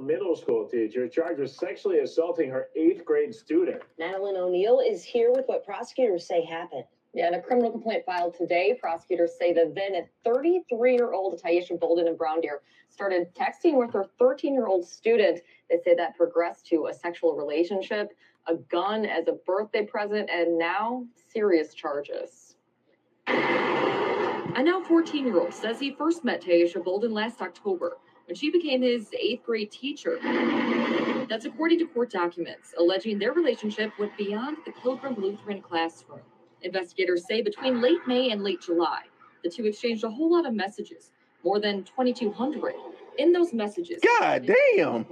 middle school teacher charged with sexually assaulting her eighth grade student. Madeline O'Neill is here with what prosecutors say happened. Yeah, in a criminal complaint filed today, prosecutors say the then 33 year old Taisha Bolden of Brown Deer started texting with her 13 year old student. They say that progressed to a sexual relationship, a gun as a birthday present, and now serious charges. A now 14 year old says he first met Taisha Bolden last October when she became his eighth grade teacher. That's according to court documents, alleging their relationship went beyond the Pilgrim Lutheran classroom. Investigators say between late May and late July, the two exchanged a whole lot of messages, more than 2,200. In those messages, God damn.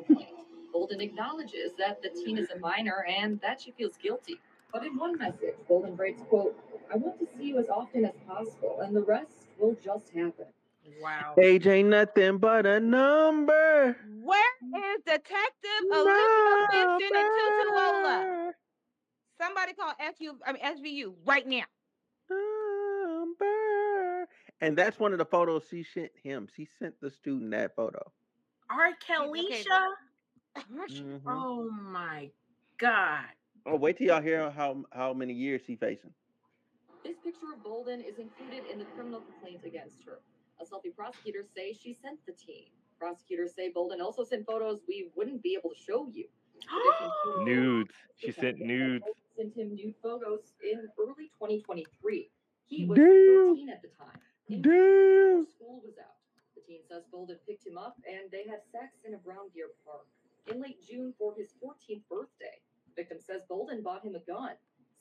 Bolden acknowledges that the teen is a minor and that she feels guilty. But in one message, Bolden writes, quote, I want to see you as often as possible, and the rest will just happen. Wow. Age ain't nothing but a number. Where is Detective Olivia Benson and Tutuola? Number. Somebody call FU, I mean SVU right now. Number. And that's one of the photos she sent him. She sent the student that photo. R. okay, Kellycia? Mhm. Oh my God. Oh, wait till y'all hear how how many years she facing. This picture of Bolden is included in the criminal complaint against her. Assaulty prosecutors say she sent the teen. Prosecutors say Bolden also sent photos we wouldn't be able to show you. Nudes. She sent nudes. Sent him nude photos in early 2023. He was Damn. 13 at the time. In Damn. School was out. The teen says Bolden picked him up and they had sex in a Brown Deer park in late June for his 14th birthday. Victim says Bolden bought him a gun,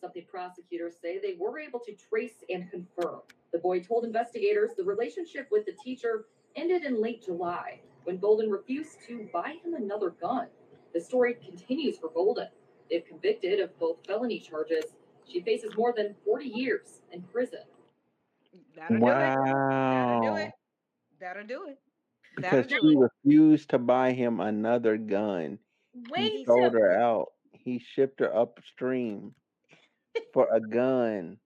something prosecutors say they were able to trace and confirm. The boy told investigators the relationship with the teacher ended in late July when Bolden refused to buy him another gun. The story continues for Bolden. If convicted of both felony charges, she faces more than 40 years in prison. That'll do it. That'll do Wow. it. That'll do it. That'll Because do she it. refused to buy him another gun. he Wait sold till her out. He shipped her upstream for a gun.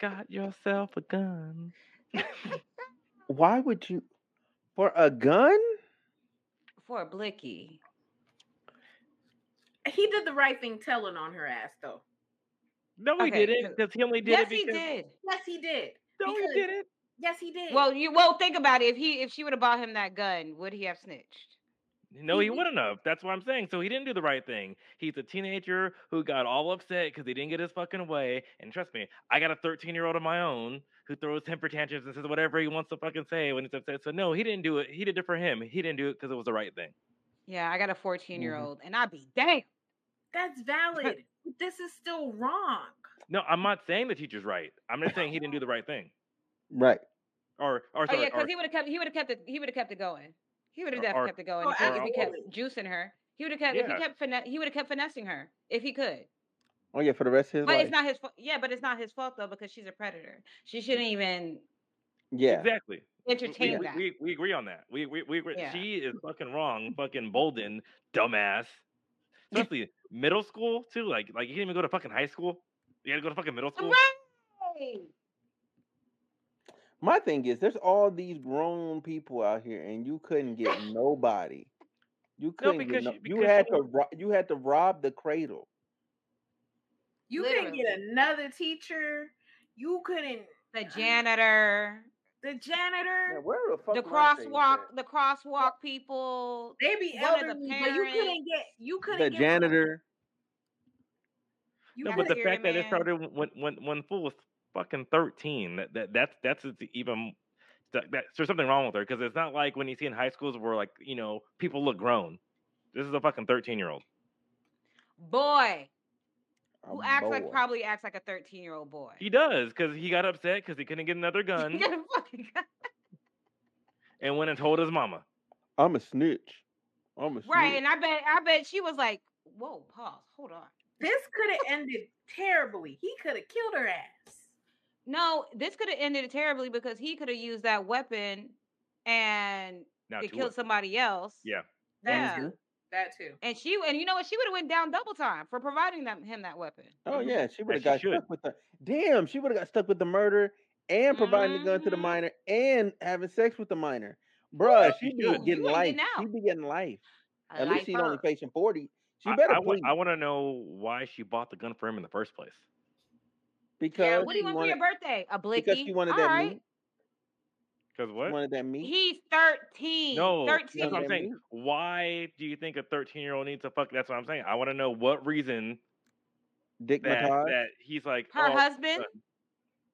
Got yourself a gun. Why would you for a gun? for a blicky. He did the right thing telling on her ass though. No, he Okay, didn't. so- Because he only did Yes, it he because. did. Yes, he did. No, he because- didn't. Yes, he did. Well, you well think about it. If he if she would have bought him that gun, would he have snitched? No, he He- wouldn't have. That's what I'm saying. So he didn't do the right thing. He's a teenager who got all upset because he didn't get his fucking way. And trust me, I got a 13 year old of my own who throws temper tantrums and says whatever he wants to fucking say when he's upset. So no, he didn't do it. He did it for him. He didn't do it because it was the right thing. Yeah, I got a 14 Mm-hmm. year old and I'd be damn. that's valid. but this is still wrong. No, I'm not saying the teacher's right. I'm just saying he didn't do the right thing. Right. Or, or Oh yeah, sorry, because or, he would have kept he would have kept it he would have kept it going. He would Or- have or- definitely kept it going Oh, if, he, if he kept absolutely. juicing her. He would have kept if he Yeah. kept finesse he would have kept finessing her if he could. Oh yeah, for the rest of his But life. it's not his fault. Yeah, but it's not his fault though because she's a predator. She shouldn't even yeah. exactly. We- entertain we, that. we, we agree on that. We we, we agree. Yeah. She is fucking wrong. Fucking Bolden, dumbass. Especially middle school too. Like like you didn't even go to fucking high school. You had to go to fucking middle school. Right. My thing is there's all these grown people out here and you couldn't get nobody. You couldn't because get no, she- you because had to someone- ro- you had to rob the cradle. You couldn't get Literally. another teacher. You couldn't The janitor, the Man, janitor. where the fuck the my things crosswalk, at? the crosswalk people. They be one of elderly, the but you couldn't parents. get you couldn't the get janitor. You No, I but the hear you, fact that it man. started when- when when when fool was fucking thirteen, that that that's that's just even that, that- there's something wrong with her because it's not like when you see in high schools where like you know people look grown. This is a fucking thirteen year old. Boy, A who acts like boa. probably acts like a 13 year old boy. He does because he got upset because he couldn't get another gun Yeah, fucking God. and went and told his mama. I'm a snitch. I'm a snitch. right, and I bet I bet she was like, "Whoa, pause, hold on." this could have ended terribly. He could have killed her ass. No, this could have ended terribly because he could have used that weapon and Now it to killed us. somebody else. Yeah. Yeah. That too. And she and you know what? She would have went down double time for providing them him that weapon. Oh yeah, she would have she got should. stuck with the damn. She would have got stuck with the murder and providing the gun to the Mhm. minor and having sex with the minor. Bruh, Yes, she she be should. getting You ain't life. getting She out. be getting life. I At least like she's only her. facing forty. She I, better I, wa- please I want to know why she bought the gun for him in the first place. because Yeah, what do she you want for your wanted- birthday? A blicky. Because she wanted All that right. meat. Because She what? wanted that meat. He's 13. No, that's 13 what I'm is- saying. Why do you think a 13 year old needs to fuck? That's what I'm saying. I want to know what reason Dick that Mataj. that he's like. Her oh, husband?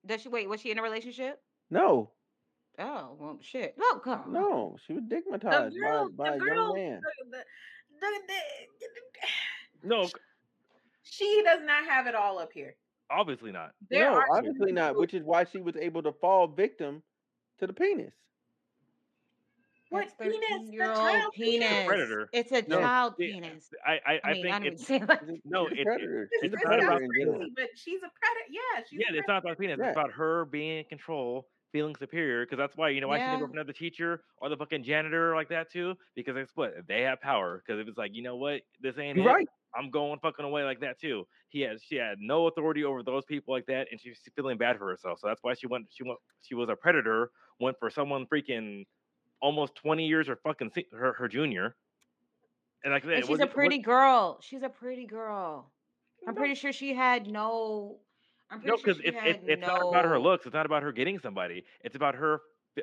Does she wait? Was she in a relationship? No, Oh well, shit. Look, come on. no, she was digmatized girl- by, by the a young girl- man. The- the- the- no, she does not have it all up here. obviously not. There no, are obviously not. Which is why she was able to fall victim to the penis. What That's penis? The 13-year-old child penis. penis. Predator. It's a No, child the- penis. I I, I, I mean, I think don't even it's say like She's a- No, she's a it- it- predator. This- She's a this not sounds predator in general. crazy, but she's a predator. Yeah, she's yeah. a predator. It's not about penis. Yeah. It's about her being in control, feeling superior. Because that's why you know why she didn't Yeah. go for another teacher or the fucking janitor like that too. Because it's what they have power. Because if it's like you know what this ain't You're it, right. I'm going fucking away like that too. He has she had no authority over those people like that, and she's feeling bad for herself. So that's why she went. She went. She was a predator. Went for someone freaking almost 20 years her fucking se- her, her junior. And like I said, And it she's a wasn't- it wa- pretty girl. She's a pretty girl. I'm pretty sure she had no. I'm pretty No, sure because she it's had it's it's no. not about her looks. It's not about her getting somebody. It's about her fi-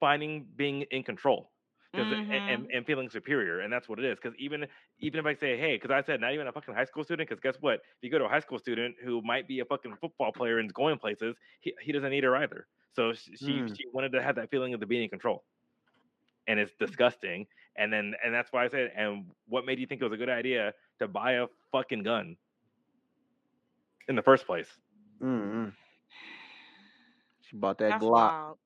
finding being in control. 'cause it- and, and, Mhm. and feeling superior, and that's what it is. Because even even if I say, hey, because I said not even a fucking high school student. Because guess what? If you go to a high school student who might be a fucking football player and is going places, he, he doesn't need her either. So sh- she Mm. she wanted to have that feeling of the being in control, and it's Mm. disgusting. And then and that's why I said, and what made you think it was a good idea to buy a fucking gun in the first place? Mm-mm. She bought that That's Glock. wild.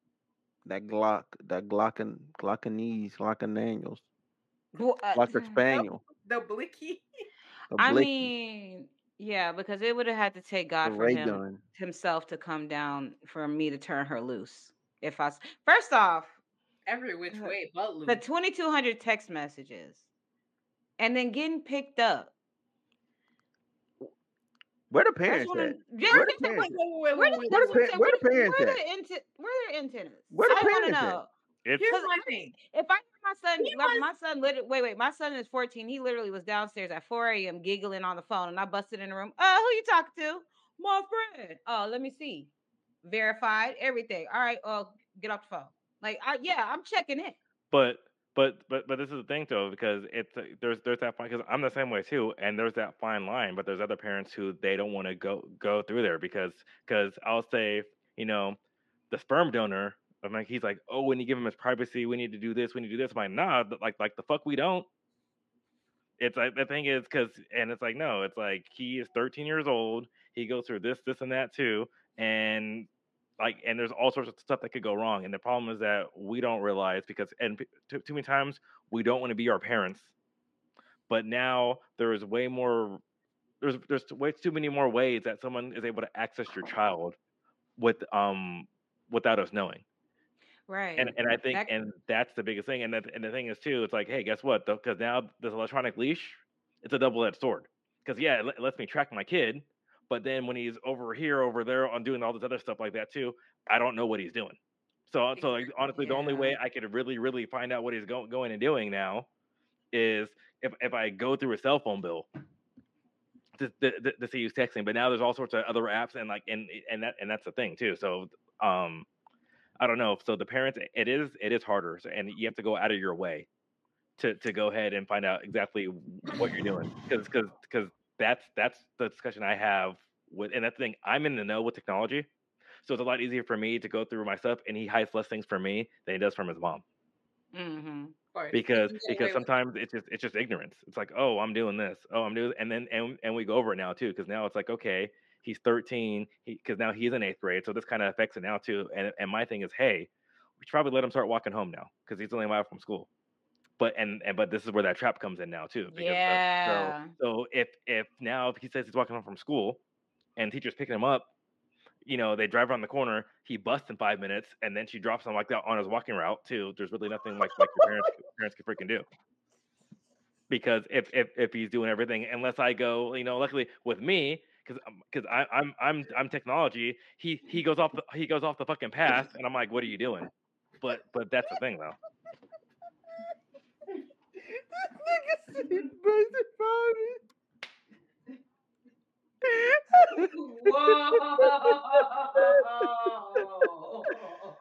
That Glock. That Glocken. Glockenese. Glocken Daniels. Bo- uh, Glocker Spaniel. The blicky. A I Blicky, mean, yeah, because it would have had to take a God for ray him gun. himself to come down for me to turn her loose. If I s- first off, Every which Uh, way but loose. the Mm. 2200 text messages and then getting picked up. Where the I just parents wanna- at? yeah, Where the get the- parents at? Wait, wait, wait, where the- wait, Where wait, the wait. pa- where the where parents at? the inten- where their intent is. Where the I want to parents at? know. It's Here's Cause my I- thing. If I my son, He my, was- my son, lit, wait, wait, my son is 14. He literally was downstairs at 4 a.m. giggling on the phone, and I busted in the room. Uh, who you talking to? My friend. Oh, let me see. Verified everything. All right. Well, get off the phone. Like, I, yeah, I'm checking in. but but but but this is the thing though because it's uh, there's there's that fine because I'm the same way too and there's that fine line but there's other parents who they don't want to go go through there because because I'll say you know the sperm donor I'm like he's like oh we need to give him his privacy we need to do this we need to do this I'm like nah th- like like the fuck we don't it's like the thing is because and it's like no it's like he is 13 years old he goes through this this and that too and like and there's all sorts of stuff that could go wrong and the problem is that we don't realize because and p- too, too many times we don't want to be our parents but now there is way more there's there's way too many more ways that someone is able to access your child with um without us knowing Right. and and I think That- and that's the biggest thing. And that and the thing is too, it's like, hey, guess what? Because now this electronic leash, it's a double edged sword. Because yeah, it le- lets me track my kid, but then when he's over here, over there, on doing all this other stuff like that too, I don't know what he's doing. So so like, honestly, the only Yeah. way I could really really find out what he's go- going and doing now is if if I go through his cell phone bill. To, to, to- to see who's texting, but now there's all sorts of other apps and like and and that and that's the thing too. So um, I don't know. So the parents, it is it is harder, so, and you have to go out of your way to to go ahead and find out exactly what you're doing, because because that's that's the discussion I have with, and that's the thing I'm in the know with technology, so it's a lot easier for me to go through my stuff, and he hides less things from me than he does from his mom, hmm Of course. because You can get because away with- sometimes it's just it's just ignorance. It's like oh I'm doing this, oh I'm doing, and then and and we go over it now too, because now it's like okay he's 13 because now he's in eighth grade so this kind of affects it now too and, and my thing is hey we should probably let him start walking home now because he's only a mile from school. But and, and but this is where that trap comes in now too. because, uh, Yeah. So, so if if now if he says he's walking home from school, and teacher's picking him up, you know they drive around the corner. He busts in five minutes, and then she drops him like that on his walking route too. There's really nothing like like your parents parents can freaking do. Because if if if he's doing everything, unless I go, you know, luckily with me. Because because I'm I'm I'm technology. He he goes off the he goes off the fucking path, and I'm like, what are you doing? But but that's the thing though.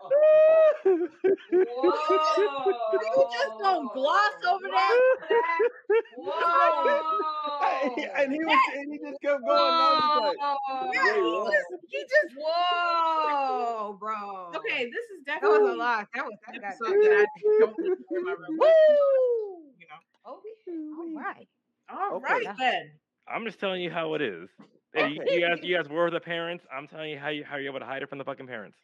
gloss over that. and he was and he just kept going. I was like, Oh, Yeah, Wait, he what? just, he just. Whoa, bro. Oh. Okay, this is That was definitely a lot. That was an that got episode that I don't listen to in my room. Woo! You know. Okay. All right. All Okay. right then. I'm just telling you how it is. And you, you guys, you guys were the parents. I'm telling you how you how you're able to hide it from the fucking parents.